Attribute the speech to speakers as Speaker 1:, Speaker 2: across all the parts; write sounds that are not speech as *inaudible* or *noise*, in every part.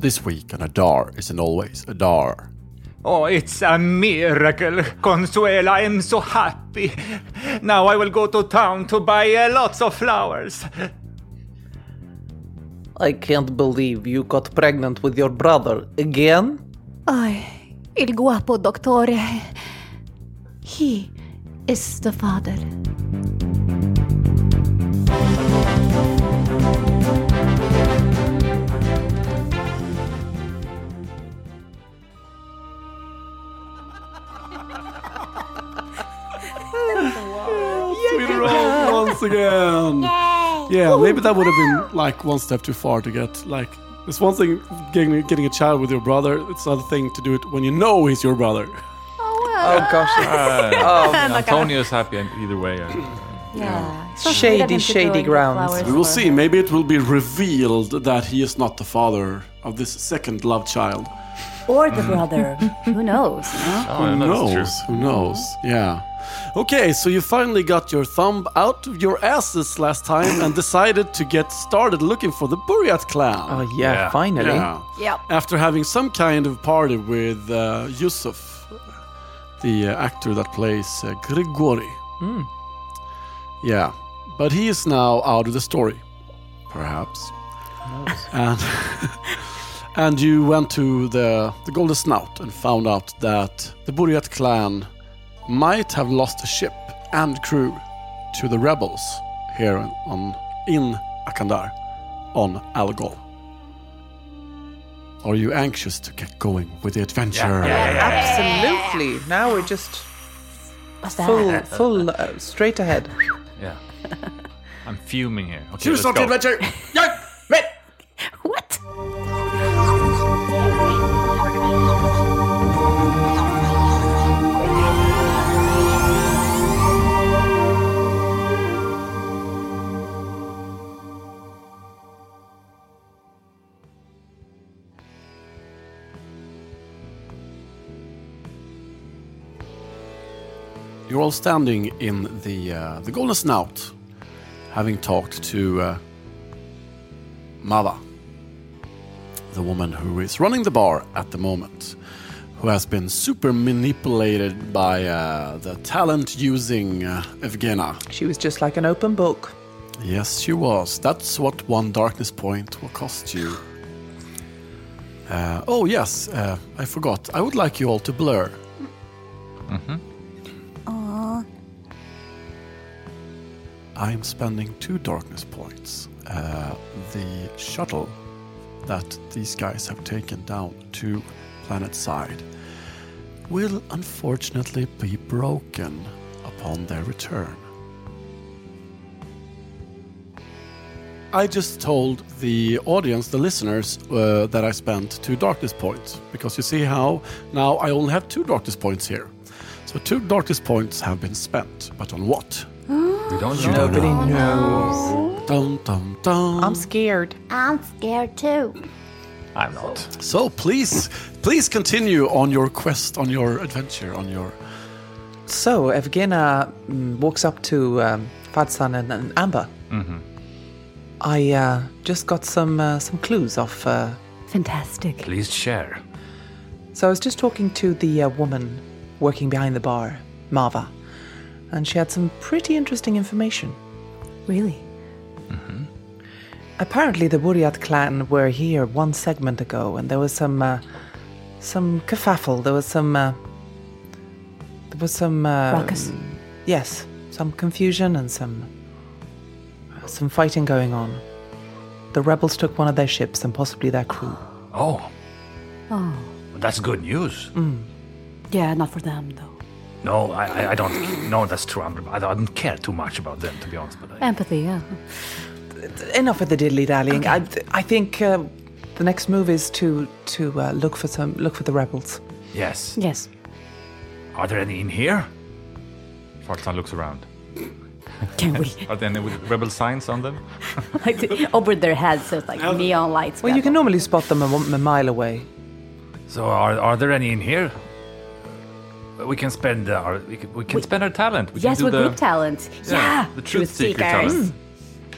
Speaker 1: This week on Adar isn't always Adar.
Speaker 2: Oh, it's a miracle. Consuela, I am so happy. Now I will go to town to buy uh, lots of flowers.
Speaker 3: I can't believe you got pregnant with your brother again?
Speaker 4: Ay, il guapo doctore. He is the father.
Speaker 1: Sweet roll once again. Yeah, maybe that would have been like one step too far to get like. It's one thing getting, getting a child with your brother. It's another thing to do it when you know he's your brother.
Speaker 3: Oh gosh.
Speaker 5: Uh, Antonio's happy either way.
Speaker 6: Yeah.
Speaker 3: Shady, shady grounds.
Speaker 1: We will see. Maybe it will be revealed that he is not the father of this second love child.
Speaker 6: Or the brother. Who knows?
Speaker 5: Oh,
Speaker 1: Who
Speaker 5: no, that's
Speaker 1: knows?
Speaker 5: true.
Speaker 1: Who knows? Yeah. Okay, so you finally got your thumb out of your asses last time and decided to get started looking for the Buryat clan.
Speaker 3: Oh yeah,
Speaker 5: Yeah.
Speaker 3: finally.
Speaker 1: Yeah.
Speaker 6: Yep.
Speaker 1: After having some kind of party with uh, Yusuf, the uh, actor that plays uh, Grigori. Yeah. But he is now out of the story, perhaps. *laughs* And, and you went to the, the Golden Snout and found out that the Buryat clan might have lost a ship and crew to the rebels here on, in Akandar on Algol. Are you anxious to get going with the adventure?
Speaker 3: Absolutely. Now we're just
Speaker 6: What's that?
Speaker 3: full, full, uh, straight ahead.
Speaker 2: *laughs*
Speaker 5: Yeah. I'm fuming here. Okay,
Speaker 1: Choose
Speaker 5: let's
Speaker 1: not the
Speaker 5: go.
Speaker 1: adventure!
Speaker 5: *laughs*
Speaker 6: What?
Speaker 1: You're all standing in the uh, the Golden Snout, having talked to uh, Mava, the woman who is running the bar at the moment, who has been super manipulated by uh, the talent using uh, Evgena.
Speaker 3: She was just like an open book.
Speaker 1: Yes, she was. That's what one darkness point will cost you. Uh, oh, yes, uh, I forgot. I would like you all to blur. I am spending two darkness points. Uh, the shuttle that these guys have taken down to planet side will unfortunately be broken upon their return. I just told the audience, the listeners, uh, that I spent two darkness points because you see how now I only have two darkness points here. So two darkness points have been spent, but on what?
Speaker 5: We don't know.
Speaker 3: Nobody knows.
Speaker 1: Dum dum dum.
Speaker 3: Oh, I'm scared.
Speaker 7: I'm scared too.
Speaker 5: I'm not.
Speaker 1: so please, please continue on your quest, on your adventure, on your.
Speaker 3: So Evgena mm, walks up to um, Fadsan and, and Amber. Mm-hmm. I uh, just got some uh, some clues off. Uh,
Speaker 6: Fantastic.
Speaker 5: Please share.
Speaker 3: so I was just talking to the uh, woman working behind the bar, Marva, and she had some pretty interesting information.
Speaker 6: Really?
Speaker 3: Apparently, the Buryat clan were here one segment ago, and there was some uh, some kerfuffle. There was some uh, there was some uh,
Speaker 6: Ruckus.
Speaker 3: Yes, some confusion and some some fighting going on. The rebels took one of their ships and possibly their crew.
Speaker 5: Oh,
Speaker 6: Oh.
Speaker 5: that's good news.
Speaker 6: Yeah, not for them though.
Speaker 5: No, I, I, I don't. No, that's true. I'm, I don't care too much about them, to be honest. But uh, I,
Speaker 6: Empathy, yeah.
Speaker 3: Enough with the diddly dallying. I, I think uh, the next move is to to uh, look for some look for the rebels.
Speaker 5: yes.
Speaker 6: Yes.
Speaker 5: Are there any in here? Fartan looks around.
Speaker 6: Can we? *laughs*
Speaker 5: Are there any with rebel signs on them?
Speaker 6: like over their heads, so it's like neon lights.
Speaker 3: Well, you can normally spot them a, a mile away.
Speaker 5: So, are, are there any in here? We can spend uh, our we can, we can spend our talent. We can
Speaker 6: yes,
Speaker 5: do
Speaker 6: with
Speaker 5: the,
Speaker 6: group talent. Yeah,
Speaker 5: the truth seeker talent.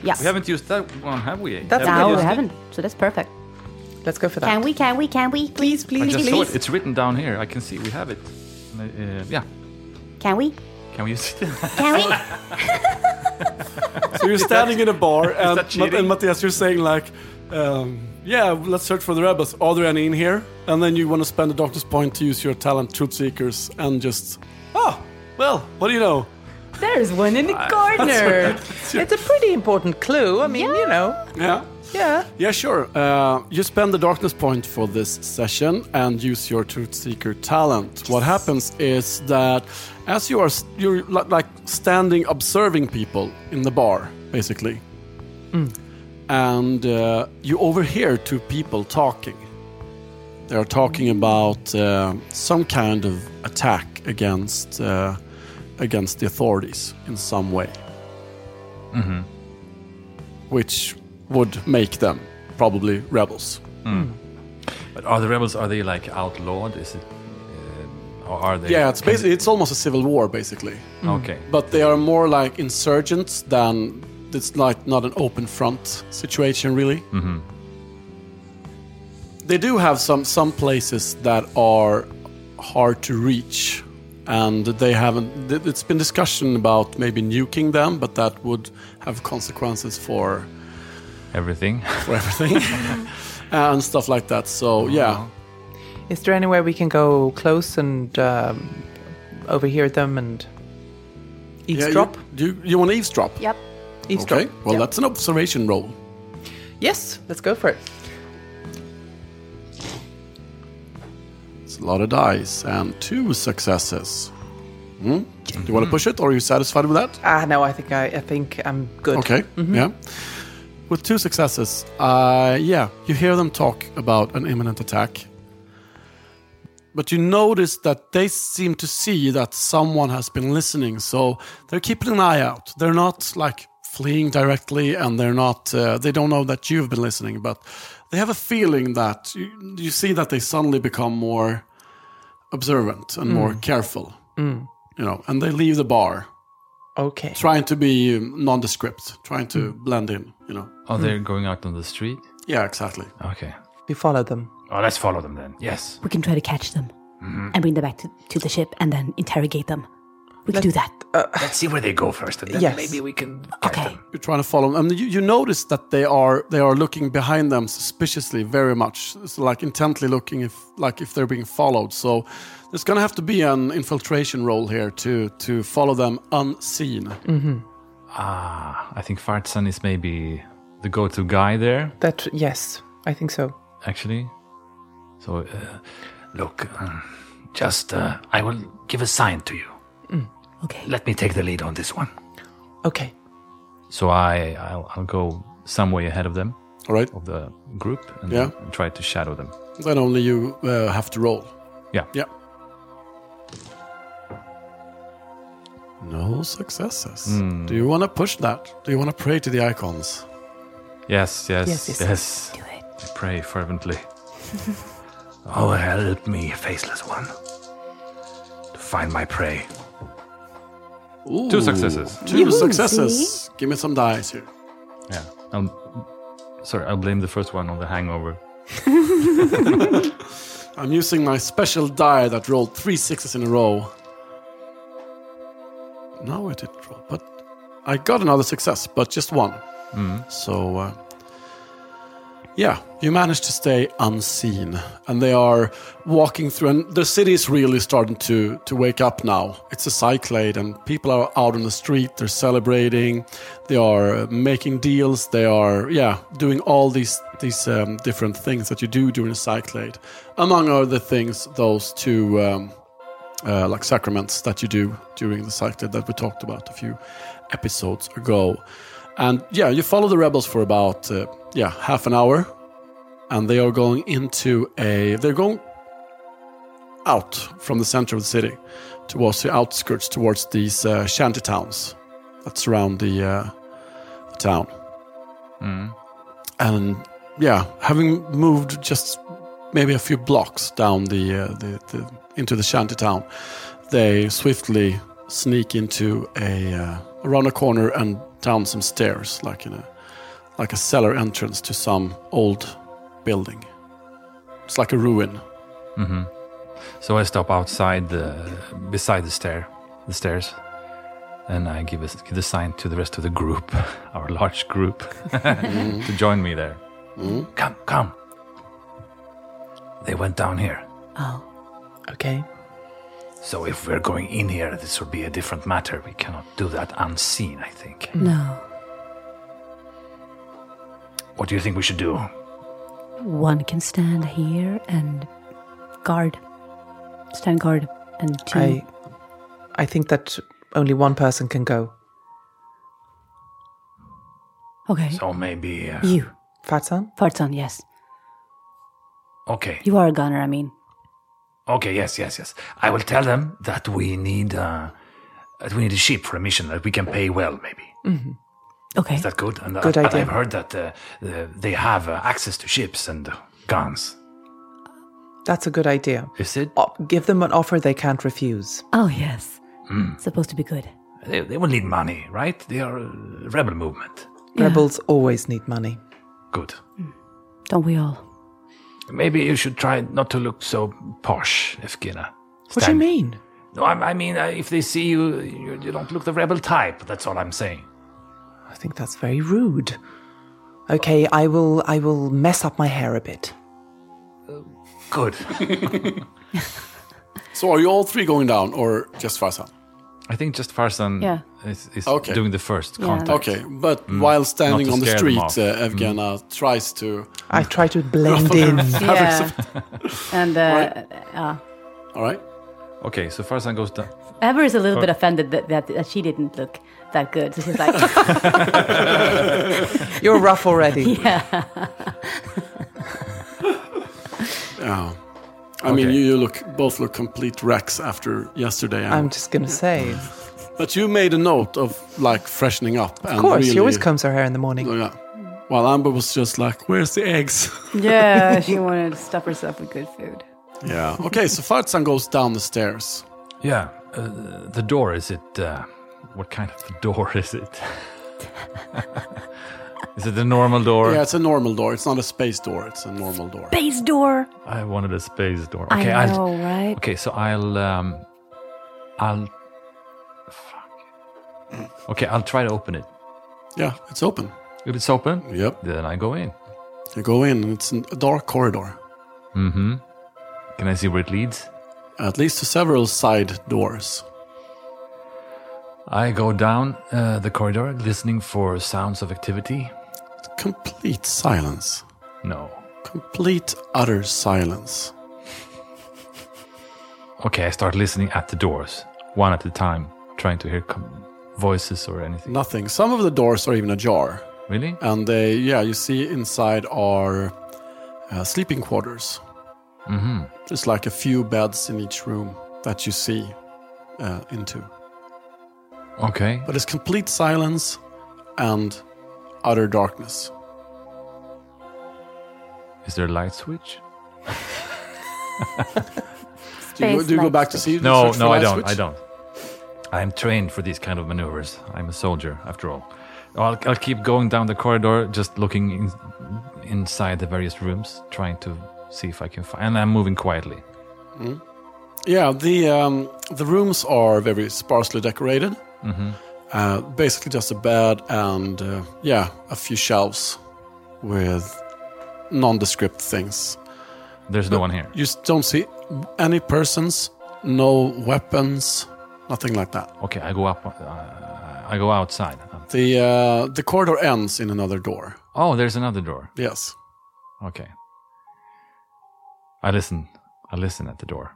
Speaker 6: Yes.
Speaker 5: We haven't used that one, have we?
Speaker 3: That's
Speaker 5: Haven't
Speaker 6: no,
Speaker 5: used
Speaker 6: we
Speaker 5: it?
Speaker 6: haven't. So that's perfect.
Speaker 3: Let's go for that.
Speaker 6: Can we? Can we? Can we? Please,
Speaker 5: I
Speaker 6: please,
Speaker 5: just saw it.
Speaker 6: please.
Speaker 5: It's written down here. I can see. We have it. Uh, uh, yeah.
Speaker 6: Can we?
Speaker 5: Can we use
Speaker 6: *laughs*
Speaker 5: it?
Speaker 6: Can
Speaker 5: *laughs*
Speaker 6: we?
Speaker 1: *laughs* So you're standing in a *laughs* bar, and,
Speaker 5: that
Speaker 1: Mat-
Speaker 5: cheating?
Speaker 1: and Matthias, you're saying like, um, "Yeah, let's search for the rebels. Are there any in here?" And then you want to spend a doctor's point to use your talent, truth seekers, and just, oh, well, what do you know?
Speaker 7: There's one in the
Speaker 1: *laughs*
Speaker 7: corner.
Speaker 3: It's a pretty important clue. I mean, you know,
Speaker 1: Yeah,
Speaker 3: yeah.
Speaker 1: yeah, sure. Uh, you spend the darkness point for this session and use your truth seeker talent. What happens is that as you are s- you're li- like standing observing people in the bar, basically, and uh, you overhear two people talking. They are talking about uh, some kind of attack against uh, against the authorities in some way, which would make them probably rebels.
Speaker 5: But are the rebels? Are they like outlawed? Is it? Uh, or are they? Mm.
Speaker 1: Yeah, it's basically it's almost a civil war basically,
Speaker 5: Okay.
Speaker 1: but they are more like insurgents than it's like not an open front situation really. Mm-hmm. They do have some some places that are hard to reach, and they haven't. th- It's been discussion about maybe nuking them, but that would have consequences for
Speaker 5: Everything. *laughs*
Speaker 1: for everything *laughs* and stuff like that. So yeah,
Speaker 3: Is there anywhere we can go close and um, overhear them and
Speaker 1: yeah
Speaker 3: eavesdrop?
Speaker 1: you- Do you, you want to eavesdrop?
Speaker 4: Yep.
Speaker 3: eavesdrop.
Speaker 1: Okay. Well, that's an observation roll.
Speaker 3: Yes, let's go for it.
Speaker 1: It's a lot of dice and two successes. Hmm? Do you want to push it, or are you satisfied with that?
Speaker 3: Ah, no, I think I, I think I'm good.
Speaker 1: Okay, yeah. With two successes, uh, yeah, you hear them talk about an imminent attack, but you notice that they seem to see that someone has been listening, so they're keeping an eye out. They're not like fleeing directly, and they're not. Uh, they don't know that you've been listening, but they have a feeling that you, you see that they suddenly become more observant and more careful. You know, and they leave the bar
Speaker 3: Okay.
Speaker 1: trying to be um, nondescript, trying to blend in, you know.
Speaker 5: Oh, they're going out on the street.
Speaker 1: Yeah, exactly.
Speaker 5: Okay.
Speaker 3: We follow them.
Speaker 5: Oh, let's follow them then. Yes.
Speaker 6: We can try to catch them
Speaker 5: Mm-hmm.
Speaker 6: and bring them back to, to the ship and then interrogate them. We can do that.
Speaker 5: Let's see where they go first, and then
Speaker 3: Yes.
Speaker 5: maybe we can.
Speaker 6: Okay.
Speaker 1: You're trying to follow them, and you, you notice that they are they are looking behind them suspiciously, very much, so like intently looking if like if they're being followed. So there's gonna have to be an infiltration role here to to follow them unseen.
Speaker 5: Ah, I think Fartsan is maybe the go-to guy there,
Speaker 3: That yes, I think so.
Speaker 5: actually. So, uh, look, um, just uh, I will give a sign to you.
Speaker 6: Okay.
Speaker 5: Let me take the lead on this one.
Speaker 3: Okay.
Speaker 5: So I, I'll, I'll go some way ahead of them,
Speaker 1: All right,
Speaker 5: of the group, and,
Speaker 1: Yeah.
Speaker 5: and try to shadow them.
Speaker 1: then only you uh, have to roll.
Speaker 5: Yeah.
Speaker 1: Yeah. No successes. Do you want to push that? Do you want to pray to the icons?
Speaker 5: Yes, yes,
Speaker 3: Yes,
Speaker 5: yes.
Speaker 3: yes,
Speaker 6: Do it.
Speaker 5: I pray fervently.
Speaker 8: Oh, help me, faceless one, to find my prey.
Speaker 5: Two successes.
Speaker 1: Two successes. Give me some dice here.
Speaker 5: Yeah. I'll, sorry, I'll blame the first one on the hangover.
Speaker 1: I'm using my special die that rolled three sixes in a row. No, it didn't roll, but I got another success, but just one. So, uh, yeah, you managed to stay unseen, and they are walking through, and the city is really starting to to wake up now. It's a cyclade, and people are out on the street. They're celebrating, they are uh, making deals, they are yeah doing all these these um, different things that you do during a cyclade. Among other things, those two. Um, uh, like sacraments that you do during the cyclade that we talked about a few episodes ago. And yeah, you follow the rebels for about uh, yeah half an hour, and they are going into a they're going out from the center of the city towards the outskirts towards these uh, shanty towns that surround the, uh, the town. And yeah, having moved just maybe a few blocks down the, uh, the, the into the shanty town, they swiftly sneak into a uh, around a corner and down some stairs, like in a like a cellar entrance to some old building. It's like a ruin.
Speaker 5: So I stop outside the beside the stair, the stairs, and I give a, give the sign to the rest of the group, *laughs* our large group,
Speaker 1: Mm-hmm.
Speaker 5: *laughs* to join me there. Come, come. They went down here.
Speaker 6: Oh,
Speaker 3: Okay.
Speaker 5: So if we're going in here, this will be a different matter. We cannot do that unseen, I think.
Speaker 6: No.
Speaker 5: What do you think we should do?
Speaker 6: One can stand here and guard. Stand guard. And two.
Speaker 3: I, I think that only one person can go.
Speaker 6: okay.
Speaker 5: So maybe. Uh,
Speaker 6: you.
Speaker 3: Fatsan?
Speaker 6: Fartan, yes.
Speaker 5: uh, okay.
Speaker 6: You are a gunner, I mean.
Speaker 5: Okay, yes, yes, yes. I will tell them that we need uh, that we need a ship for a mission that we can pay well, maybe.
Speaker 6: Okay.
Speaker 5: Is that good? And,
Speaker 3: Good
Speaker 5: and
Speaker 3: idea.
Speaker 5: I've heard that uh, uh, they have uh, access to ships and uh, guns.
Speaker 3: That's a good idea.
Speaker 5: Is it?
Speaker 3: O- give them an offer they can't refuse.
Speaker 6: oh, yes. Supposed to be good.
Speaker 5: They, they will need money, right? They are a rebel movement.
Speaker 3: Rebels always need money.
Speaker 5: Good.
Speaker 6: Don't we all?
Speaker 5: Maybe you should try not to look so posh, Evgena.
Speaker 3: What do you
Speaker 5: Stand-
Speaker 3: mean?
Speaker 5: No, I, I mean, uh, if they see you, you, you don't look the rebel type. That's all I'm saying.
Speaker 3: I think that's very rude. Okay, I will I will mess up my hair a bit. *laughs*
Speaker 5: Good.
Speaker 1: So are you all three going down or just Farzan?
Speaker 5: I think just Farsan
Speaker 4: Yeah.
Speaker 5: is, is
Speaker 1: Okay. doing
Speaker 5: the first
Speaker 4: contact.
Speaker 1: Okay, but while standing
Speaker 5: Mm. Not to
Speaker 1: on the
Speaker 5: scare them
Speaker 1: street,
Speaker 5: off.
Speaker 1: uh,
Speaker 5: Mm.
Speaker 1: Evgena tries to.
Speaker 3: I try to blend in.
Speaker 4: *laughs* Yeah.
Speaker 6: *laughs*
Speaker 4: and uh,
Speaker 1: All right.
Speaker 5: Okay, so Farsan goes down.
Speaker 6: Ever is a little bit offended that, that, that she didn't look that good. So she's like, *laughs*
Speaker 3: You're rough already.
Speaker 1: Yeah. I mean, you, you look both look complete wrecks after yesterday, and,
Speaker 3: I'm just gonna say.
Speaker 1: but you made a note of like freshening up. Oh,
Speaker 3: Of course, she always combs her hair in the morning.
Speaker 1: Yeah. While Amber was just like, "Where's the eggs?"
Speaker 4: yeah,
Speaker 6: *laughs*
Speaker 4: she wanted to stuff herself with good food.
Speaker 1: yeah. Okay, so Farzan goes down the stairs.
Speaker 5: Yeah, uh, the door is it? Uh, what kind of *laughs* door is it? is it a normal door?
Speaker 1: Yeah, it's a normal door. It's not a space door. It's a normal door.
Speaker 6: base door.
Speaker 5: I wanted a space door.
Speaker 4: I
Speaker 5: Okay,
Speaker 4: know,
Speaker 5: will
Speaker 4: right?
Speaker 5: Okay, so I'll um, I'll fuck. Okay, I'll try to open it.
Speaker 1: Yeah, it's open.
Speaker 5: If it's open,
Speaker 1: Yep.
Speaker 5: then I go in.
Speaker 1: You go in, and it's a dark corridor.
Speaker 5: Mm-hmm. Can I see where it leads?
Speaker 1: At least to several side doors.
Speaker 5: I go down uh, the corridor, listening for sounds of activity.
Speaker 1: Complete silence.
Speaker 5: No.
Speaker 1: Complete utter silence.
Speaker 5: Okay, I start listening at the doors, one at a time, trying to hear com- voices or anything.
Speaker 1: Nothing. Some of the doors are even ajar.
Speaker 5: Really?
Speaker 1: And they, yeah, you see inside are uh, sleeping quarters.
Speaker 5: Mm-hmm.
Speaker 1: Just like a few beds in each room that you see uh, into.
Speaker 5: Okay.
Speaker 1: But it's complete silence and utter darkness.
Speaker 5: Is there a light switch?
Speaker 1: Do you, go- do you go back to see?
Speaker 5: No,
Speaker 1: search for
Speaker 5: no, I
Speaker 1: light
Speaker 5: don't.
Speaker 1: switch?
Speaker 5: I don't. I'm trained for these kind of maneuvers. I'm a soldier, after all. I'll, I'll keep going down the corridor, just looking in, inside the various rooms, trying to see if I can find. And I'm moving quietly.
Speaker 1: Yeah, the um, the rooms are very sparsely decorated.
Speaker 5: Mm-hmm.
Speaker 1: Uh, basically, just a bed and uh, yeah, a few shelves with nondescript things.
Speaker 5: There's no one here.
Speaker 1: You s- don't see any persons, no weapons, nothing like that.
Speaker 5: Okay, I go up. Uh, I go outside.
Speaker 1: The uh, the corridor ends in another door.
Speaker 5: Oh, there's another door.
Speaker 1: Yes.
Speaker 5: Okay. I listen. I listen at the door.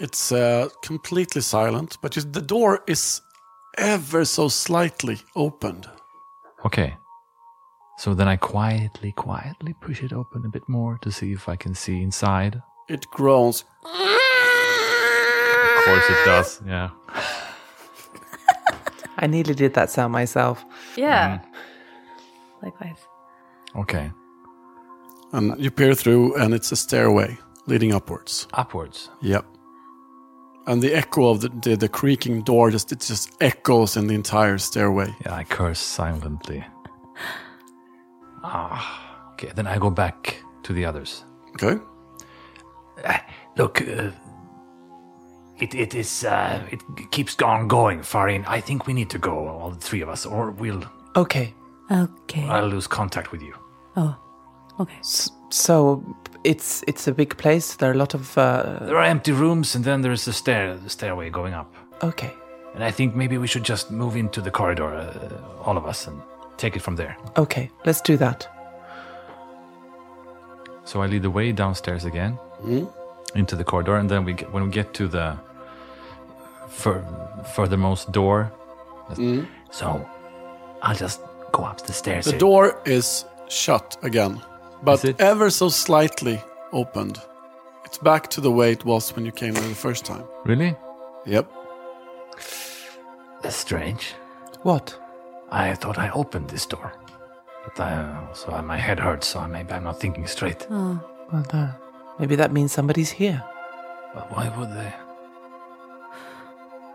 Speaker 1: It's uh, completely silent, but you, the door is ever so slightly opened.
Speaker 5: Okay. So then I quietly, quietly push it open a bit more to see if I can see inside.
Speaker 1: It groans.
Speaker 5: Of course it does. Yeah.
Speaker 3: I nearly did that sound myself.
Speaker 4: Yeah. Likewise.
Speaker 5: Okay.
Speaker 1: And you peer through, and it's a stairway leading upwards.
Speaker 5: Upwards.
Speaker 1: Yep. And the echo of the, the, the creaking door just it just echoes in the entire stairway.
Speaker 5: Yeah, I curse silently. Ah. Okay, then I go back to the others.
Speaker 1: Okay.
Speaker 8: Uh, look, uh, it it is uh, it keeps on going, Farin. I think we need to go, all the three of us, or we'll
Speaker 3: Okay.
Speaker 6: Okay.
Speaker 8: I'll lose contact with you.
Speaker 6: oh, okay.
Speaker 3: S- so it's it's a big place. There are a lot of. Uh,
Speaker 8: There are empty rooms, and then there is a stair stairway going up.
Speaker 3: okay.
Speaker 8: And I think maybe we should just move into the corridor, uh, all of us, and take it from there.
Speaker 3: Okay. Let's do that.
Speaker 5: So I lead the way downstairs again into the corridor, and then we get, when we get to the fur, furthermost door,
Speaker 8: So I'll just go up the stairs.
Speaker 1: The
Speaker 8: here.
Speaker 1: door is shut again, but
Speaker 5: Is it?
Speaker 1: ever so slightly opened. It's back to the way it was when you came there the first time.
Speaker 5: really,
Speaker 1: Yep.
Speaker 8: That's strange.
Speaker 3: What?
Speaker 8: I thought I opened this door, but
Speaker 5: uh,
Speaker 8: I also my head hurts, so maybe I'm not thinking straight.
Speaker 3: Well, uh, maybe that means somebody's here.
Speaker 8: But why would they?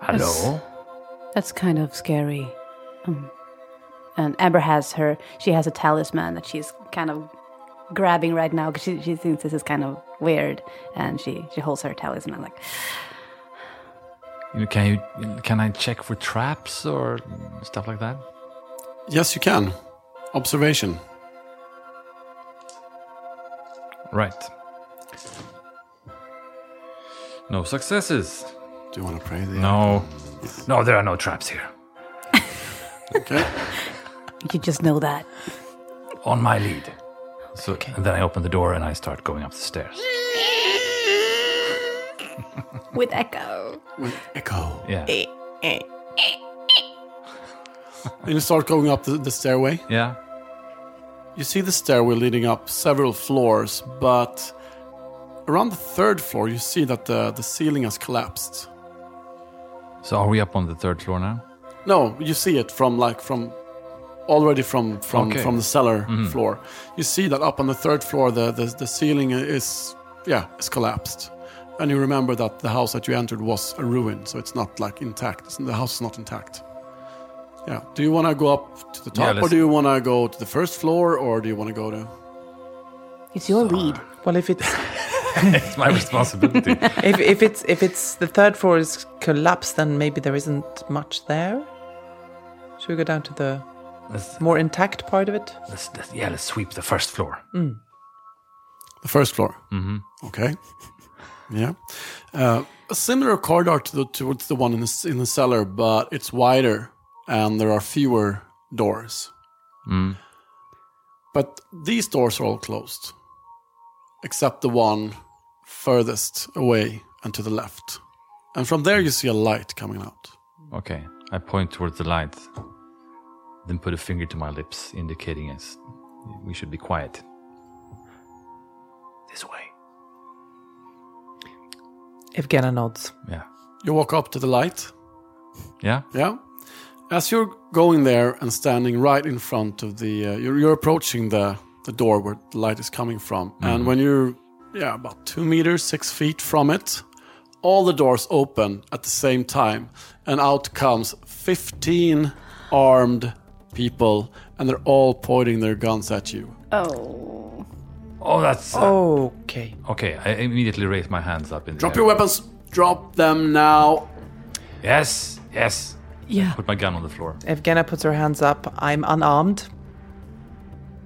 Speaker 8: Hello.
Speaker 4: That's kind of scary. Um, and Amber has her, she has a talisman that she's kind of grabbing right now because she, she thinks this is kind of weird. And she, she holds her talisman like,
Speaker 5: You- can you can I check for traps or stuff like that?
Speaker 1: Yes, you can. Observation.
Speaker 5: Right. No successes.
Speaker 1: Do you want to pray? The
Speaker 5: No.
Speaker 8: No, there are no traps here.
Speaker 1: Okay.
Speaker 4: you just know that.
Speaker 8: On my lead.
Speaker 5: So and then I open the door and I start going up the stairs.
Speaker 4: With Echo.
Speaker 1: With echo.
Speaker 5: Yeah.
Speaker 1: And you start going up the, the stairway.
Speaker 5: Yeah.
Speaker 1: You see the stairway leading up several floors, but around the third floor, you see that the, the ceiling has collapsed.
Speaker 5: So are we up on the third floor now?
Speaker 1: No, you see it from like from already from from
Speaker 5: Okay. Mm-hmm.
Speaker 1: from the cellar floor. You see that up on the third floor, the, the the ceiling is yeah is collapsed, and you remember that the house that you entered was a ruin, so it's not like intact. It's- The house is not intact. Yeah. Do you want to go up to the
Speaker 5: Yeah,
Speaker 1: top, or
Speaker 5: let's-
Speaker 1: do you want to go to the first floor, or do you want to go to?
Speaker 4: It's your lead.
Speaker 3: Well, if *laughs* it's
Speaker 5: It's
Speaker 1: *laughs*
Speaker 5: my responsibility.
Speaker 3: if, if it's if it's the third floor is collapsed, then maybe there isn't much there. Should we go down to the
Speaker 8: Let's,
Speaker 3: more intact part of it?
Speaker 8: let's, let's yeah, let's sweep the first floor.
Speaker 1: The first floor. Mm-hmm. Okay. *laughs* Yeah. Uh, a similar corridor to the towards the one in the, s- in the cellar, but it's wider and there are fewer doors. But these doors are all closed, except the one furthest away and to the left. And from there, you see a light coming out.
Speaker 5: Okay. I point towards the light, then put a finger to my lips, indicating us we should be quiet.
Speaker 8: This way.
Speaker 3: Evgena nods.
Speaker 5: Yeah.
Speaker 1: You walk up to the light.
Speaker 5: Yeah.
Speaker 1: Yeah. As you're going there and standing right in front of the, uh, you're, you're approaching the, the door where the light is coming from. And when you're, yeah, about two meters, six feet from it, all the doors open at the same time. And out comes 15 armed people. And they're all pointing their guns at you.
Speaker 4: Oh.
Speaker 8: Oh, that's uh,
Speaker 3: Okay.
Speaker 5: Okay. I immediately raise my hands up in the
Speaker 1: Drop
Speaker 5: air.
Speaker 1: your weapons. Drop them now.
Speaker 8: yes, yes.
Speaker 6: Yeah.
Speaker 5: Put my gun on the floor. *laughs*
Speaker 3: Evgena puts her hands up. I'm unarmed.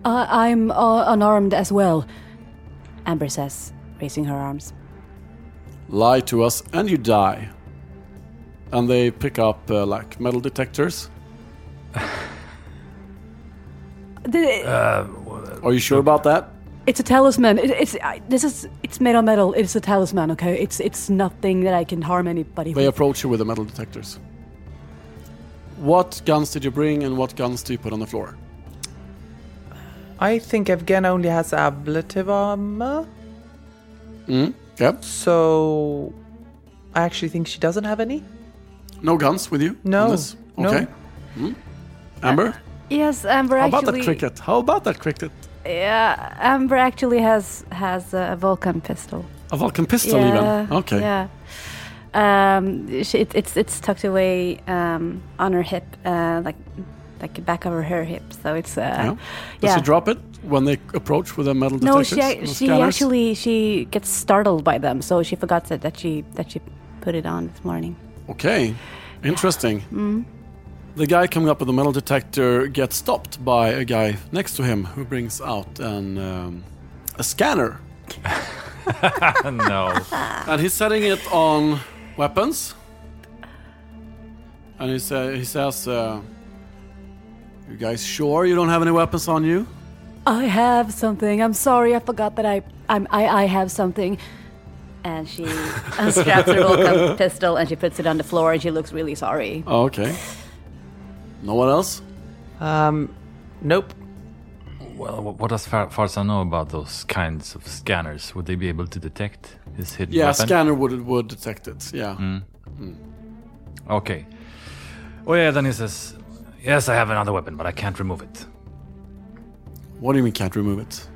Speaker 6: I, I'm uh, unarmed as well.
Speaker 4: Amber says, raising her arms.
Speaker 1: Lie to us and you die. And they pick up uh, like metal detectors.
Speaker 6: The-
Speaker 1: Uh. Are you sure about that?
Speaker 6: it's a talisman. It, it's I, this is it's made of metal. It's a talisman. Okay. It's it's nothing that I can harm anybody.
Speaker 1: They
Speaker 6: with.
Speaker 1: approach you with the metal detectors. What guns did you bring and what guns do you put on the floor?
Speaker 3: I think Evgena only has ablative armor,
Speaker 1: Yep.
Speaker 3: so I actually think she doesn't have any.
Speaker 1: No guns with you?
Speaker 3: No,
Speaker 1: on this?
Speaker 3: no.
Speaker 1: Okay. Hmm? Amber?
Speaker 4: Yes, Amber
Speaker 1: How
Speaker 4: actually.
Speaker 1: about that cricket? How about that cricket?
Speaker 4: Yeah, Amber actually has has a Vulcan pistol.
Speaker 1: A Vulcan pistol, even. Okay.
Speaker 4: Yeah. Um, she, it, it's it's tucked away um, on her hip, uh, like like the back of her, her hip. So it's uh,
Speaker 1: Yeah.
Speaker 4: yeah.
Speaker 1: Does she drop it? when they approach with their metal
Speaker 4: No,
Speaker 1: detectors?
Speaker 4: she
Speaker 1: and
Speaker 4: she
Speaker 1: scanners?
Speaker 4: actually she gets startled by them, so she forgot that, that she that she put it on this morning.
Speaker 1: Okay, interesting.
Speaker 4: Mm.
Speaker 1: The guy coming up with the metal detector gets stopped by a guy next to him who brings out an um, a scanner,
Speaker 5: no.
Speaker 1: and he's setting it on weapons. And he sa- he says, uh, "You guys sure you don't have any weapons on you?"
Speaker 4: I have something. I'm sorry, I forgot that I I'm, I I have something. And she *laughs* unstraps her Volkov pistol and she puts it on the floor and she looks really sorry.
Speaker 1: Oh, okay. No one else.
Speaker 3: Um, nope.
Speaker 5: Well, wh- what does Far- Farsa know about those kinds of scanners? Would they be able to detect his hidden
Speaker 1: Yeah,
Speaker 5: weapon? Mm.
Speaker 1: scanner would would detect it. Yeah.
Speaker 5: Okay. Oh yeah, then he says, "Yes, I have another weapon, but I can't remove it.
Speaker 1: What do you mean can't remove it?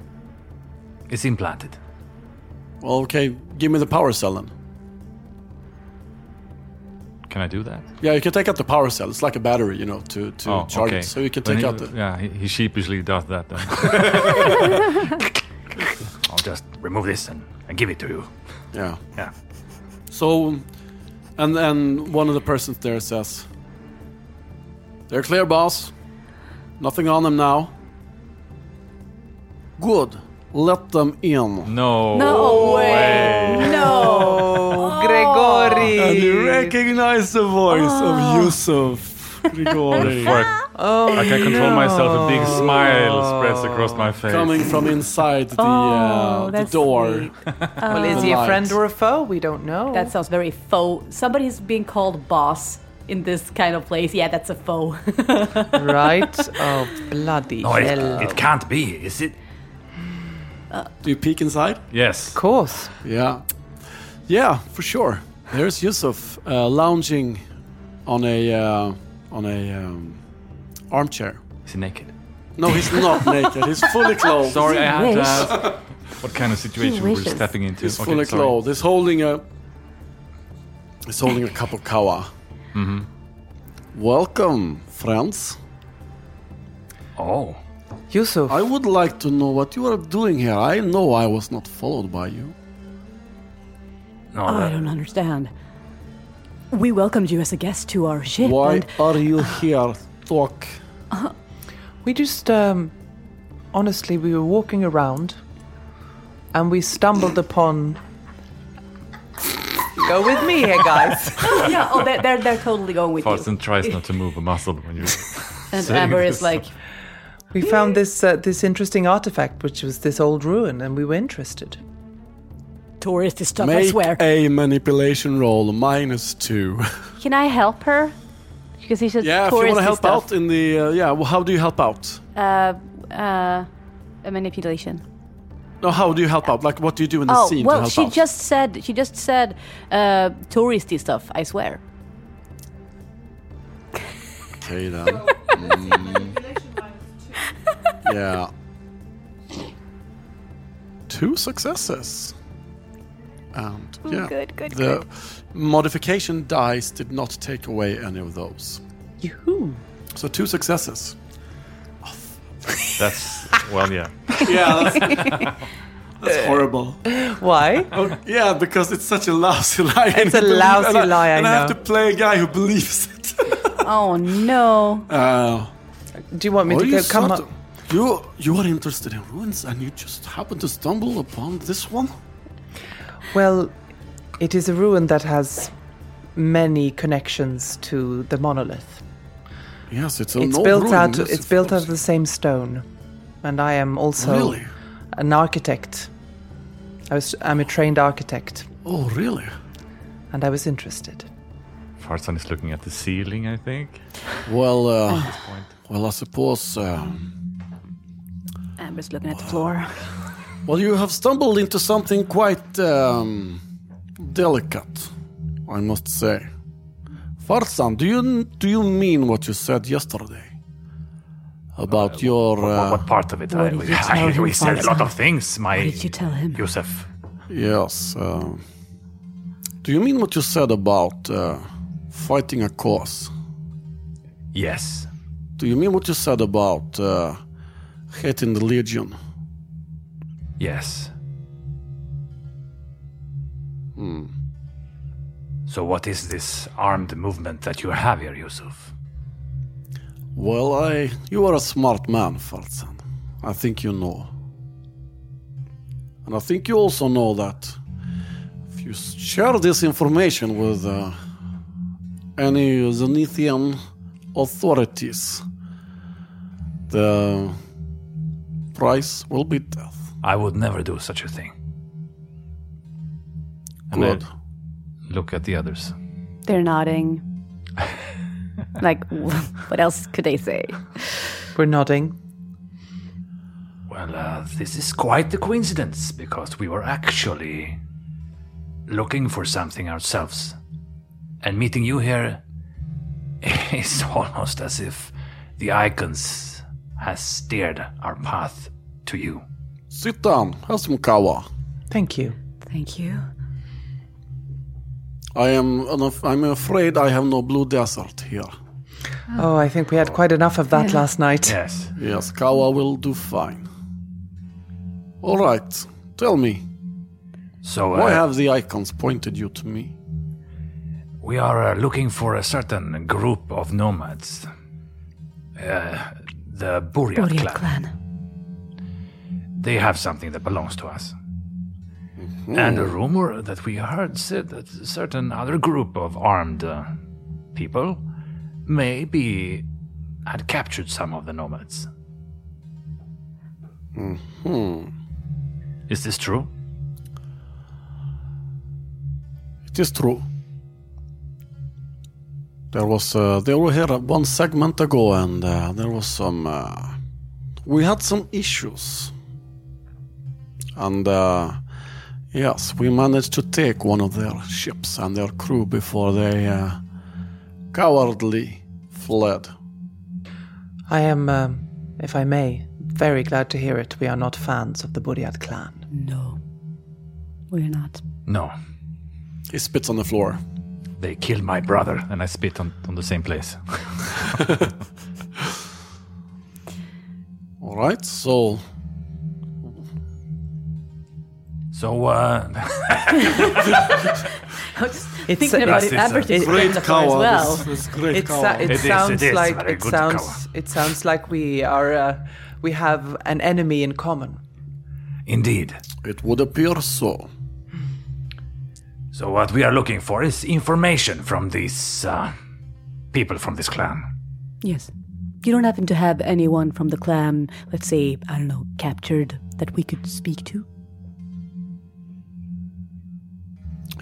Speaker 5: It's implanted."
Speaker 1: Well, okay, give me the power cell then.
Speaker 5: Can I do that?
Speaker 1: Yeah, you can take out the power cell. It's like a battery, you know, to, to charge it. So you can
Speaker 5: Then
Speaker 1: take
Speaker 5: Oh, he-
Speaker 1: out the.
Speaker 5: Yeah, he, he sheepishly does that.
Speaker 1: *laughs*
Speaker 5: Then.
Speaker 8: I'll just remove this and, and give it to you.
Speaker 1: Yeah.
Speaker 8: Yeah.
Speaker 1: So, and and one of the persons there says, "They're clear, boss. Nothing on them now. Good. Let them in."
Speaker 5: no.
Speaker 4: No way.
Speaker 1: *laughs*
Speaker 4: No.
Speaker 3: Oh, Gregory.
Speaker 1: And you recognize the voice
Speaker 4: Ah.
Speaker 1: of Yusuf
Speaker 3: *laughs*
Speaker 1: Grigori
Speaker 5: Before I, I can control myself, a big smile spreads across my face.
Speaker 1: coming from inside the uh, the
Speaker 4: Oh, that's
Speaker 1: door.
Speaker 4: sweet.
Speaker 3: Well, is he a
Speaker 1: Polite.
Speaker 3: friend or a foe? We don't know. *laughs*
Speaker 4: That sounds very faux. Somebody's being called boss in this kind of place. Yeah, that's a faux.
Speaker 3: right. Oh, bloody
Speaker 8: No, it,
Speaker 3: hell!
Speaker 8: it can't be, is it?
Speaker 1: Do you peek inside?
Speaker 5: Yes.
Speaker 3: of course.
Speaker 1: Yeah. Yeah, for sure. There's Yusuf uh, lounging on a uh, on a um, armchair.
Speaker 5: Is he naked?
Speaker 1: No, he's
Speaker 5: *laughs*
Speaker 1: not naked. He's fully clothed.
Speaker 5: Sorry, I had to
Speaker 6: wish.
Speaker 5: ask. What kind of situation we're
Speaker 6: wishes.
Speaker 5: stepping into?
Speaker 1: He's
Speaker 5: Okay,
Speaker 1: fully
Speaker 5: sorry.
Speaker 1: clothed. He's holding a he's holding a cup of kawa.
Speaker 5: Mm-hmm.
Speaker 1: Welcome, friends.
Speaker 5: Oh.
Speaker 3: Yusuf,
Speaker 1: I would like to know what you are doing here. I know I was not followed by you.
Speaker 8: No,
Speaker 6: I
Speaker 8: that-
Speaker 6: don't understand. We welcomed you as a guest to our ship.
Speaker 1: Why
Speaker 6: And
Speaker 1: are you here? Talk.
Speaker 3: we just um, honestly we were walking around, and we stumbled upon. *laughs* Go with me here, guys.
Speaker 4: yeah, oh, they're, they're, they're totally going with you.
Speaker 5: Farson tries not to move a muscle when you.
Speaker 4: And
Speaker 5: saying
Speaker 4: Amber is
Speaker 5: this.
Speaker 4: like,
Speaker 3: We found this uh, this interesting artifact, which was this old ruin, and we were interested.
Speaker 6: touristy stuff, I
Speaker 1: Make
Speaker 6: swear.
Speaker 1: a manipulation roll minus two. *laughs*
Speaker 4: Can I help her? Because he's just
Speaker 1: Yeah, if you
Speaker 4: touristy
Speaker 1: want to help
Speaker 4: stuff.
Speaker 1: out in the uh, yeah, well, how do you help out?
Speaker 4: Uh, uh, a manipulation.
Speaker 1: No, how do you help out? Like, what do you do in the
Speaker 4: oh
Speaker 1: scene to
Speaker 4: well,
Speaker 1: help
Speaker 4: she
Speaker 1: out?
Speaker 4: just said she just said uh, touristy stuff. I swear.
Speaker 1: Okay then.
Speaker 4: *laughs*
Speaker 1: yeah. Two successes. And yeah,
Speaker 4: Mm, good, good,
Speaker 1: the modification dice did not take away any of those.
Speaker 3: Yoo-hoo.
Speaker 1: So two successes.
Speaker 5: That's well, yeah.
Speaker 1: Yeah, that's, *laughs* that's horrible.
Speaker 3: Why?
Speaker 1: Oh, yeah, because it's such a lousy lie.
Speaker 3: It's a lousy
Speaker 1: and
Speaker 3: lie, I
Speaker 1: and I have
Speaker 3: know.
Speaker 1: to play a guy who believes it.
Speaker 4: Oh no!
Speaker 1: *laughs* Uh,
Speaker 3: Do you want me
Speaker 1: Well,
Speaker 3: to
Speaker 1: you
Speaker 3: go, come
Speaker 1: sort
Speaker 3: up?
Speaker 1: of- You you are interested in ruins, and you just happen to stumble upon this one.
Speaker 3: Well, it is a ruin that has many connections to the monolith.
Speaker 1: Yes, it's a
Speaker 3: it's
Speaker 1: no
Speaker 3: built
Speaker 1: ruin,
Speaker 3: out.
Speaker 1: yes,
Speaker 3: It's
Speaker 1: of
Speaker 3: built out
Speaker 1: course.
Speaker 3: of the same stone, and I am also
Speaker 1: Really?
Speaker 3: an architect. I was. I'm a trained architect,
Speaker 1: Oh, really?
Speaker 3: and I was interested.
Speaker 5: Farson is looking at the ceiling. I think.
Speaker 1: Well, uh, well, I suppose. Um,
Speaker 4: Amber's looking at the floor.
Speaker 1: well, you have stumbled into something quite um, delicate, I must say. Farsan, do you do you mean what you said yesterday about your?
Speaker 8: what,
Speaker 1: Uh,
Speaker 8: what part of it? I,
Speaker 6: did
Speaker 8: we,
Speaker 6: you tell
Speaker 8: *laughs* I, we
Speaker 6: him,
Speaker 8: said a lot
Speaker 6: Farzan?
Speaker 8: of things, my
Speaker 6: What did you tell him?
Speaker 8: Yusuf.
Speaker 1: Yes. Uh, do you mean what you said about uh, fighting a cause?
Speaker 8: Yes.
Speaker 1: Do you mean what you said about uh, Hate in the Legion.
Speaker 8: Yes. So, what is this armed movement that you have here, Yusuf?
Speaker 1: Well, I. You are a smart man, Farzan. I think you know. And I think you also know that if you share this information with uh, any Zenithian authorities, the price will be death.
Speaker 8: I would never do such a thing.
Speaker 5: And I
Speaker 1: Good.
Speaker 5: Look at the others.
Speaker 7: *laughs*
Speaker 4: They're nodding. like, *laughs* what else could they say?
Speaker 3: We're nodding.
Speaker 8: Well, uh, this is quite the coincidence because we were actually looking for something ourselves. And meeting you here *laughs* is almost as if the icons has steered our path to you.
Speaker 1: Sit down, have some kawa.
Speaker 3: Thank you.
Speaker 6: Thank you.
Speaker 1: I am. unaf- I'm afraid I have no blue desert here.
Speaker 3: Oh, I think we had quite enough of that last night.
Speaker 8: Yes.
Speaker 1: Yes, Kawa will do fine. All right, tell me,
Speaker 8: So
Speaker 1: why
Speaker 8: uh,
Speaker 1: have the icons pointed you to me?
Speaker 8: we are uh, looking for a certain group of nomads. Uh, the Buryat,
Speaker 6: Boreal
Speaker 8: clan.
Speaker 6: clan.
Speaker 8: they have something that belongs to us. And a rumor that we heard said that a certain other group of armed uh, people maybe had captured some of the nomads. Is this true?
Speaker 1: It is true. There was. Uh, they were here one segment ago, and uh, there was some. Uh, we had some issues. And uh, yes, we managed to take one of their ships and their crew before they uh, cowardly fled.
Speaker 3: I am, um, if I may, very glad to hear it. We are not fans of the Buryat clan.
Speaker 6: No. We're not.
Speaker 8: No.
Speaker 1: He spits on the floor.
Speaker 8: They killed my brother.
Speaker 5: And I spit on, on the same place.
Speaker 1: All right, so
Speaker 8: So, uh, *laughs*
Speaker 3: It's,
Speaker 7: Thinking about
Speaker 8: That's
Speaker 7: it,
Speaker 8: it, sir.
Speaker 7: Albert is
Speaker 1: great
Speaker 7: as
Speaker 1: kawa.
Speaker 7: well.
Speaker 1: This, this great
Speaker 3: It's,
Speaker 1: kawa.
Speaker 3: uh, it,
Speaker 8: It is, it
Speaker 3: sounds
Speaker 8: is
Speaker 3: like
Speaker 8: very
Speaker 3: it
Speaker 8: good
Speaker 3: sounds
Speaker 8: kawa.
Speaker 3: it sounds like we are uh, we have an enemy in common.
Speaker 8: indeed.
Speaker 1: it would appear so.
Speaker 8: So, what we are looking for is information from these uh, people from this clan.
Speaker 6: Yes. You don't happen to have anyone from the clan, let's say, I don't know, captured that we could speak to?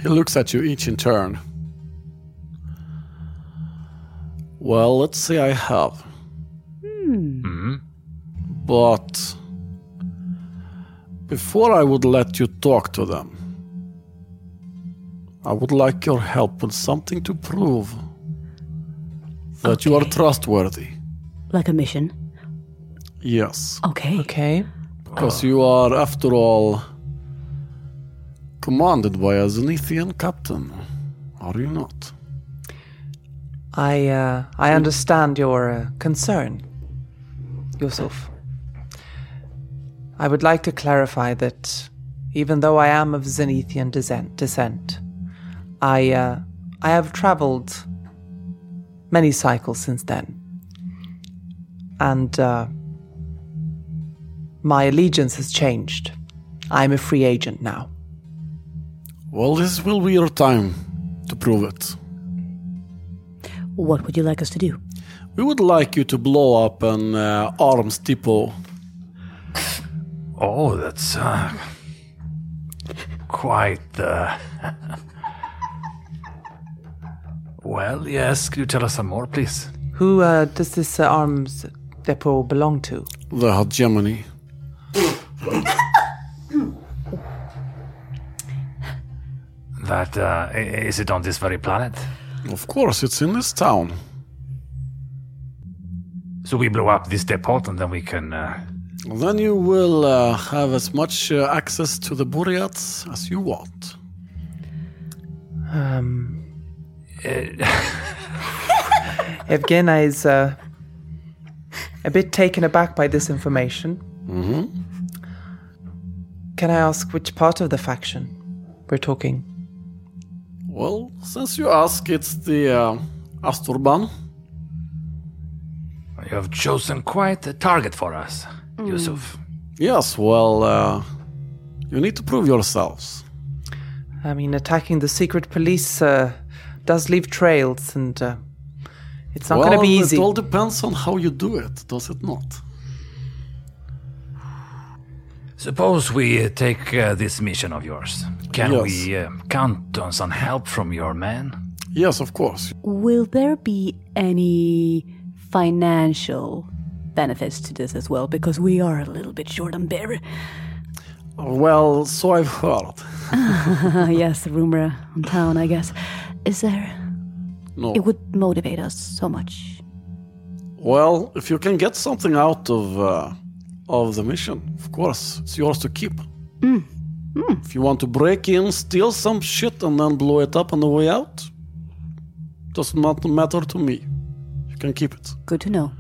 Speaker 1: He looks at you each in turn. Well, let's say I have.
Speaker 6: Hmm.
Speaker 1: But before I would let you talk to them, I would like your help with something to prove that you are trustworthy.
Speaker 6: Like a mission?
Speaker 1: Yes.
Speaker 6: Okay.
Speaker 3: Okay.
Speaker 1: Because you are, after all, commanded by a Zenithian captain, are you not?
Speaker 3: I uh, I understand your uh, concern, Yusuf. I would like to clarify that even though I am of Zenithian descent, descent I uh, I have traveled many cycles since then, and uh, my allegiance has changed. I'm a free agent now.
Speaker 1: Well, this will be your time to prove it.
Speaker 6: What would you like us to do?
Speaker 1: We would like you to blow up an uh, arms depot.
Speaker 8: Oh, that's uh, quite uh, the. *laughs* well, yes. Could you tell us some more, please?
Speaker 3: Who uh, does this uh, arms depot belong to?
Speaker 1: The hegemony.
Speaker 8: That uh, i- is it on this very planet?
Speaker 1: Of course, it's in this town.
Speaker 8: So we blow up this depot, and then we can. Uh, *laughs*
Speaker 1: Then you will uh, have as much uh, access to the Buryats as you want.
Speaker 3: Evgena is uh, a bit taken aback by this information.
Speaker 1: Mhm.
Speaker 3: Can I ask which part of the faction we're talking?
Speaker 1: Well, since you ask, it's the uh, Asturban.
Speaker 8: You have chosen quite a target for us, Yusuf.
Speaker 1: Yes, well, uh, you need to prove yourselves.
Speaker 3: I mean, attacking the secret police uh, does leave trails, and uh, it's not
Speaker 1: well,
Speaker 3: going to be easy.
Speaker 1: It all depends on how you do it, does it not?
Speaker 8: Suppose we uh, take uh, this mission of yours. Can
Speaker 1: Yes.
Speaker 8: we uh, count on some help from your men?
Speaker 1: Yes, of course.
Speaker 4: Will there be any financial benefits to this as well? Because we are a little bit short on beer.
Speaker 1: Well, so I've heard.
Speaker 6: Ah,
Speaker 4: Uh, yes, rumor on town, I guess. Is there?
Speaker 1: No.
Speaker 4: It would motivate us so much.
Speaker 1: Well, if you can get something out of uh, of the mission, of course, it's yours to keep. Mm. If you want to break in, steal some shit, and then blow it up on the way out, doesn't mat- matter to me. You can keep it.
Speaker 4: Good to know.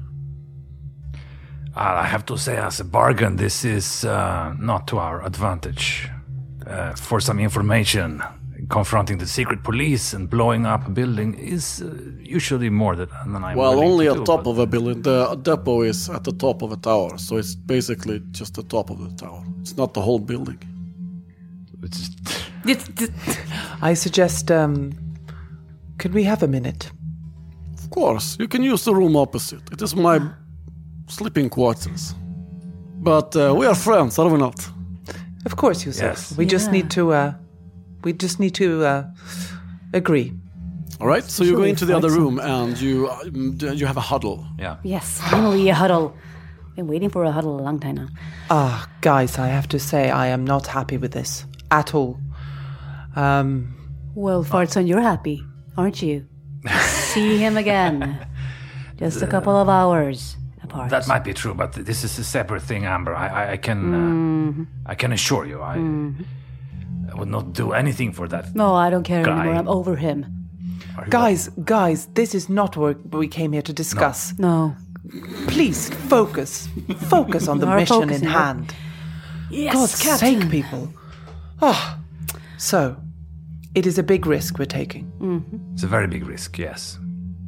Speaker 8: Ah, I have to say, as a bargain, this is uh, not to our advantage. Uh, for some information, confronting the secret police and blowing up a building is uh, usually more than, than I'm
Speaker 1: Well,
Speaker 8: willing
Speaker 1: only
Speaker 8: to
Speaker 1: on
Speaker 8: do,
Speaker 1: top
Speaker 8: but-
Speaker 1: of a building. The depot is at the top of a tower, so it's basically just the top of the tower. It's not the whole building.
Speaker 8: It's
Speaker 7: It's just,
Speaker 3: I suggest, um, could we have a minute?
Speaker 1: Of course, you can use the room opposite. It is my sleeping quarters. But uh, we are friends, are we not?
Speaker 3: Of course, Yusuf.
Speaker 8: Yes.
Speaker 3: We just need to, uh, we just need to uh, agree.
Speaker 1: All right, so you go
Speaker 3: Surely
Speaker 1: into the
Speaker 3: find
Speaker 1: other room and you uh, mm, d- you have a huddle.
Speaker 5: Yeah.
Speaker 4: Yes, finally a huddle. Been waiting for a huddle a long time now.
Speaker 3: Ah, guys, I have to say, I am not happy with this at all. Um,
Speaker 4: Well, Fartson, you're happy, aren't you? See him again. Just a couple of hours apart.
Speaker 8: That might be true, but this is a separate thing, Amber. I, I, I can, uh, I can assure you, I, I would not do anything for that.
Speaker 4: no, I don't care
Speaker 8: Guy.
Speaker 4: anymore. I'm over him.
Speaker 3: guys, guys, this is not what we came here to discuss.
Speaker 4: No.
Speaker 3: Please focus, focus
Speaker 4: *laughs*
Speaker 3: on the
Speaker 4: We are
Speaker 3: mission in
Speaker 4: focusing.
Speaker 3: hand.
Speaker 4: Yes,
Speaker 3: God's
Speaker 4: Captain.
Speaker 3: sake, people. Ah, so it is a big risk we're taking.
Speaker 8: It's a very big risk. Yes,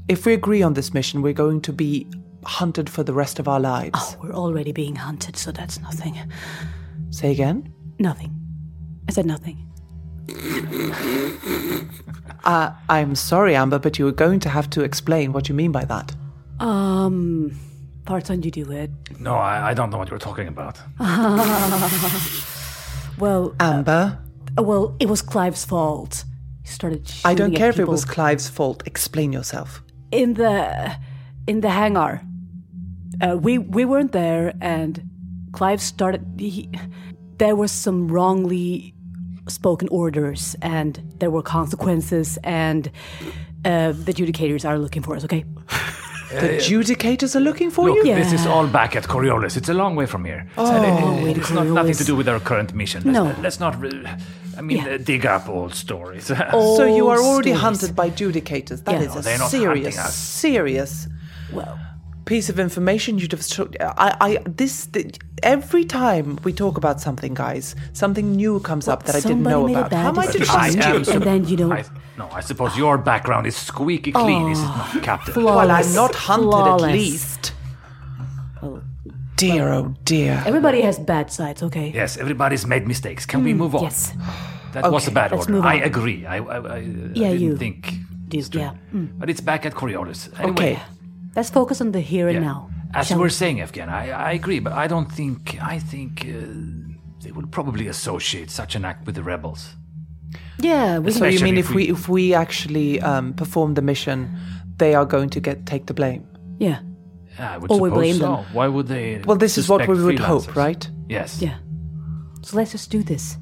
Speaker 3: If we agree on this mission, we're going to be hunted for the rest of our lives.
Speaker 4: We're already being hunted, so that's nothing.
Speaker 3: Say again.
Speaker 4: Nothing. I said nothing.
Speaker 3: Uh, I'm sorry, Amber, but you are going to have to explain what you mean by that.
Speaker 4: Um, Fartson, you do it.
Speaker 8: no, I, I don't know what you're talking about.
Speaker 4: Well,
Speaker 3: Ah. Amber,
Speaker 4: uh, well, it was Clive's fault. He started. Shooting
Speaker 3: I don't
Speaker 4: at
Speaker 3: care if it was
Speaker 4: people
Speaker 3: Clive's fault. Explain yourself.
Speaker 4: in the in the hangar. Uh, we we weren't there, and Clive started. He, there was some wrongly spoken orders, and there were consequences, and uh, the adjudicators are looking for us. Okay,
Speaker 3: The judicators are looking for
Speaker 8: Look,
Speaker 3: you?
Speaker 8: this is
Speaker 4: Yeah.
Speaker 8: all back at Coriolis. It's a long way from here. Oh, it's
Speaker 4: wait,
Speaker 8: it's not nothing
Speaker 4: Coriolis.
Speaker 8: to do with our current mission. Let's,
Speaker 4: No.
Speaker 8: not- let's not. Re- I mean,
Speaker 4: Yeah. Oh.
Speaker 8: uh, dig up old stories. *laughs*
Speaker 3: So you are
Speaker 4: Old
Speaker 3: already
Speaker 4: stories.
Speaker 3: hunted by judicators. That
Speaker 4: Yeah.
Speaker 3: is
Speaker 4: No,
Speaker 8: they're
Speaker 3: a
Speaker 8: not
Speaker 3: serious,
Speaker 8: hunting us.
Speaker 3: serious
Speaker 4: Well,
Speaker 3: piece of information you'd have. Sh- I, I, this, th- every time we talk about something, guys, something new comes up that I didn't
Speaker 4: somebody
Speaker 3: know
Speaker 4: made a
Speaker 3: about.
Speaker 4: bad
Speaker 3: How am I to
Speaker 4: decision.
Speaker 3: trust
Speaker 8: I
Speaker 3: you?
Speaker 8: am.
Speaker 4: and then you know.
Speaker 8: I, no, I suppose your background is squeaky clean, is it
Speaker 4: Oh,
Speaker 8: not, Captain?
Speaker 3: Well,
Speaker 4: flawless,
Speaker 3: I'm not hunted at
Speaker 4: flawless.
Speaker 3: least. Dear, oh dear.
Speaker 4: Everybody has bad sides, okay?
Speaker 8: Yes, everybody's made mistakes. Can we move on?
Speaker 4: Hmm, Yes.
Speaker 8: That was a bad
Speaker 4: let's
Speaker 8: order.
Speaker 4: move
Speaker 8: I
Speaker 4: on.
Speaker 8: agree. I, I, I,
Speaker 4: Yeah,
Speaker 8: I didn't
Speaker 4: you.
Speaker 8: think.
Speaker 4: These- yeah. Hmm.
Speaker 8: But it's back at Coriolis. Anyway,
Speaker 3: Okay.
Speaker 4: Let's focus on the here and
Speaker 8: yeah.
Speaker 4: now.
Speaker 8: As you
Speaker 4: shall
Speaker 8: were
Speaker 4: we?
Speaker 8: saying, Evgen, I, I agree, but I don't think. I think uh, they would probably associate such an act with the rebels.
Speaker 4: Yeah, we
Speaker 3: So you mean
Speaker 8: Especially
Speaker 3: if
Speaker 8: if
Speaker 3: we
Speaker 8: we-
Speaker 3: if we actually um, perform the mission, they are going to get take the blame.
Speaker 4: yeah,
Speaker 8: Yeah, I would
Speaker 4: Or we
Speaker 8: suppose
Speaker 4: blame
Speaker 8: so.
Speaker 4: them.
Speaker 8: Why would they?
Speaker 3: Well, this is what
Speaker 8: suspect
Speaker 3: we would
Speaker 8: freelancers?
Speaker 3: hope, right?
Speaker 8: Yes.
Speaker 4: yeah. So let's just do this.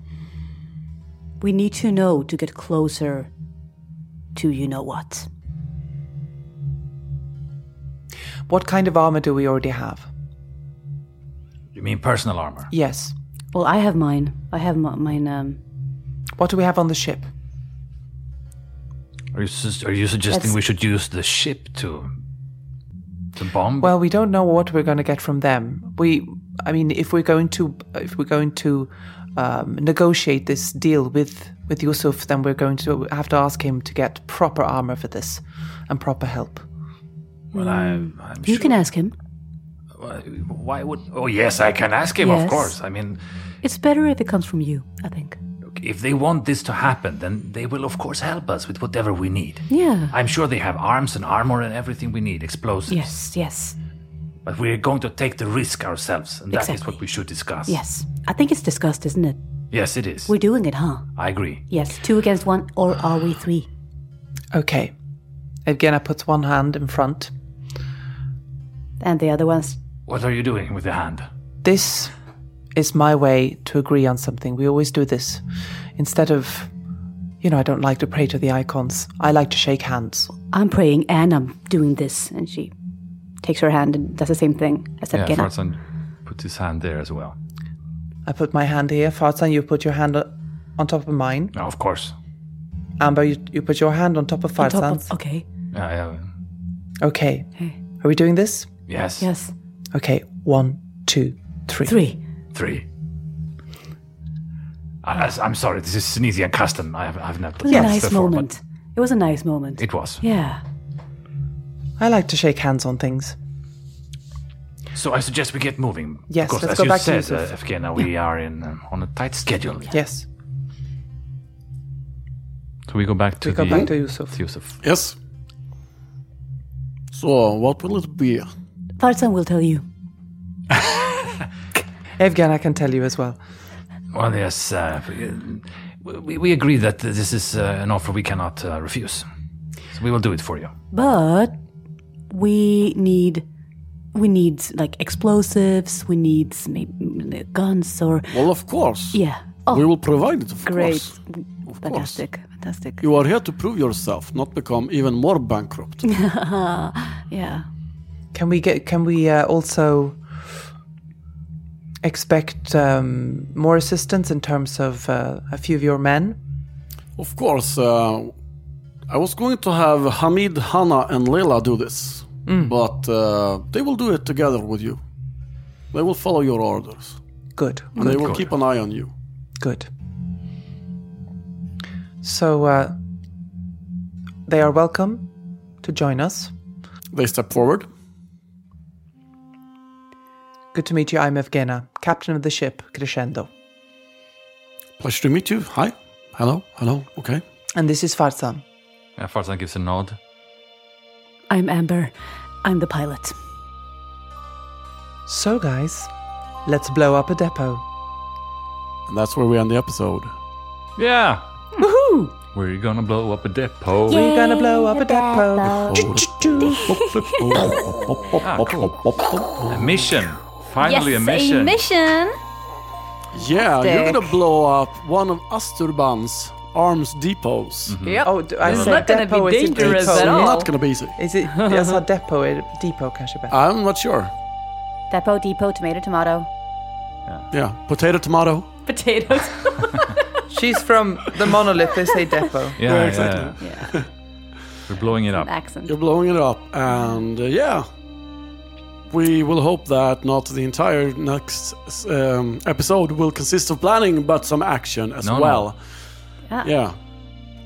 Speaker 4: We need to know to get closer to you know what.
Speaker 3: What kind of armor do we already have?
Speaker 8: You mean personal armor?
Speaker 3: Yes.
Speaker 4: Well, I have mine. I have mi- mine. Um,
Speaker 3: What do we have on the ship?
Speaker 8: Are you, sus- are you suggesting
Speaker 4: That's-
Speaker 8: we should use the ship to The bomb?
Speaker 3: Well, we don't know what we're going to get from them. We, I mean, if we're going to if we're going to um, negotiate this deal with with Yusuf, then we're going to have to ask him to get proper armor for this and proper help.
Speaker 8: well, I'm, I'm
Speaker 6: You
Speaker 8: sure.
Speaker 6: can ask him.
Speaker 8: Why would? Oh yes, I can ask him. Of
Speaker 6: Yes.
Speaker 8: course. I mean,
Speaker 6: It's better if it comes from you, I think.
Speaker 8: if they want this to happen, then they will of course help us with whatever we need.
Speaker 6: Yeah.
Speaker 8: I'm sure they have arms and armor and everything we need, explosives.
Speaker 6: Yes, yes,
Speaker 8: But we're going to take the risk ourselves, and that is
Speaker 6: Exactly.
Speaker 8: what we should discuss.
Speaker 6: yes. I think it's discussed, isn't it?
Speaker 8: Yes, it is.
Speaker 6: We're doing it, huh?
Speaker 8: I agree.
Speaker 6: Yes. Two against one, or are we three?
Speaker 3: Okay. Evgena puts one hand in front.
Speaker 4: And the other ones,
Speaker 8: What are you doing with the hand?
Speaker 3: This is my way to agree on something. We always do this. Instead of, you know, I don't like to pray to the icons. I like to shake hands.
Speaker 4: I'm praying and I'm doing this. And she takes her hand and does the same thing as
Speaker 5: Yeah,
Speaker 4: Evgeny.
Speaker 5: Farzan put his hand there as well.
Speaker 3: I put my hand here. Farzan, you put your hand o- on top of mine.
Speaker 8: No, of course.
Speaker 3: Amber, you, you put your hand on top of
Speaker 6: On top
Speaker 3: Farzan's.
Speaker 6: of- oh. okay.
Speaker 5: Yeah, yeah.
Speaker 3: Okay.
Speaker 6: Okay.
Speaker 3: Are we doing this?
Speaker 8: Yes.
Speaker 6: Yes.
Speaker 3: Okay. One, two, three.
Speaker 6: Three.
Speaker 8: Three. I, am sorry. This is Sneezian custom. I have, I've not
Speaker 6: It was
Speaker 8: done
Speaker 6: a
Speaker 8: this
Speaker 6: nice
Speaker 8: before, but
Speaker 6: moment. It was a nice moment.
Speaker 8: It was.
Speaker 6: yeah.
Speaker 3: I like to shake hands on things.
Speaker 8: So I suggest we get moving.
Speaker 3: Yes,
Speaker 8: Of course,
Speaker 3: let's
Speaker 8: as
Speaker 3: go
Speaker 8: you
Speaker 3: back to
Speaker 8: said,
Speaker 3: Yusuf.
Speaker 8: uh, Evgenia, we are in um, on a tight schedule.
Speaker 3: Yes.
Speaker 5: So we go back to
Speaker 3: We go
Speaker 5: the
Speaker 3: back to Yusuf.
Speaker 5: to Yusuf.
Speaker 1: Yes. So, what will it be?
Speaker 6: Farzan will tell you.
Speaker 3: Evgen, I can tell you as well.
Speaker 8: Well, yes. Uh, we- we, we agree that this is uh, an offer we cannot uh, refuse. So we will do it for you.
Speaker 6: But we need we need like explosives, we need maybe guns or
Speaker 1: Well, of course.
Speaker 6: yeah. Oh,
Speaker 1: We will provide it, of
Speaker 4: Great.
Speaker 1: course.
Speaker 4: Fantastic. Fantastic.
Speaker 1: You are here to prove yourself, not become even more bankrupt.
Speaker 4: Yeah.
Speaker 3: Can we get? Can we uh, also expect um, more assistance in terms of uh, a few of your men?
Speaker 1: Of course, uh, I was going to have Hamid, Hannah, and Leila do this, but uh, they will do it together with you. They will follow your orders,
Speaker 3: Good.
Speaker 1: and they will keep an eye on you.
Speaker 3: Good. So uh, they are welcome to join us.
Speaker 1: They step forward.
Speaker 3: Good to meet you. I'm Evgena, captain of the ship Crescendo,
Speaker 1: Pleasure to meet you. Hi. Hello. Hello. Okay.
Speaker 3: and this is Farzan.
Speaker 5: Yeah, Farzan gives a nod.
Speaker 6: I'm Amber. I'm the pilot.
Speaker 3: So, guys, let's blow up a depot.
Speaker 1: And that's where we end the episode.
Speaker 5: Yeah. Woohoo! We're gonna blow up a depot.
Speaker 3: We're gonna blow up a depot.
Speaker 5: Ah, cool. A mission. Finally, a mission.
Speaker 7: A mission.
Speaker 1: Yeah, you're gonna blow up one of Asturban's arms depots.
Speaker 3: Oh, d- I
Speaker 7: This is
Speaker 3: said
Speaker 7: not gonna be
Speaker 3: depot, it's a
Speaker 7: dangerous
Speaker 3: depot.
Speaker 1: It's
Speaker 7: at all.
Speaker 1: not gonna be easy.
Speaker 3: Is it? Jag sa depot, *laughs* är det- depot kanske bättre.
Speaker 1: I'm not sure.
Speaker 4: Depot, depot, tomato, tomato.
Speaker 1: Yeah, potato, tomato.
Speaker 7: Potatoes.
Speaker 6: *laughs*
Speaker 3: She's from the monolith, they say depot.
Speaker 5: Yeah, yeah, exactly. We're blowing it up.
Speaker 4: Accent.
Speaker 1: You're blowing it up, and uh, yeah, we will hope that not the entire next um, episode will consist of planning, but some action as
Speaker 5: No, no.
Speaker 1: well. Yeah.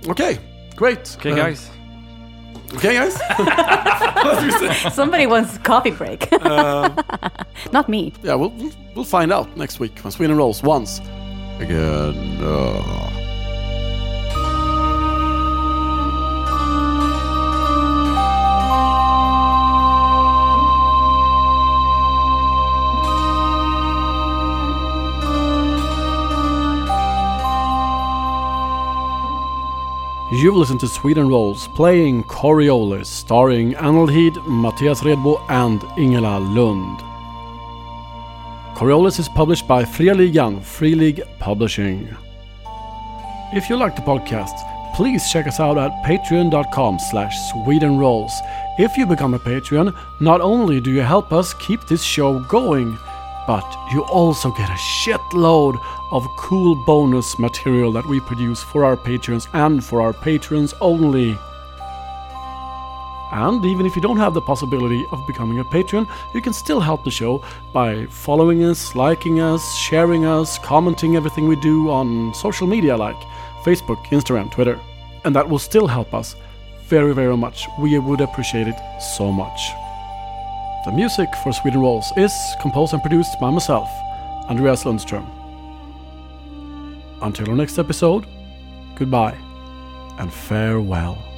Speaker 1: Okay. Great.
Speaker 5: Okay,
Speaker 1: Uh,
Speaker 5: guys.
Speaker 1: Okay, guys.
Speaker 4: Somebody wants coffee
Speaker 7: *laughs*
Speaker 4: break.
Speaker 7: Uh,
Speaker 6: *laughs*
Speaker 4: Not me.
Speaker 1: yeah, we'll we'll- we'll find out next week when Sweden rolls once again. Uh, You've listened to Sweden Rolls playing Coriolis, starring Analhid, Mattias Redbo, and Ingela Lund. Coriolis is published by Freeligan, Free League Publishing. If you like the podcast, please check us out at patreon.com slash swedenrolls. If you become a patron, not only do you help us keep this show going, but you also get a shitload of cool bonus material that we produce for our patrons and for our patrons only. And even if you don't have the possibility of becoming a patron, you can still help the show by following us, liking us, sharing us, commenting everything we do on social media like Facebook, Instagram, Twitter. And that will still help us very, very much. We would appreciate it so much. The music for Sweden Rolls is composed and produced by myself, Andreas Lundström. Until our next episode, goodbye and farewell.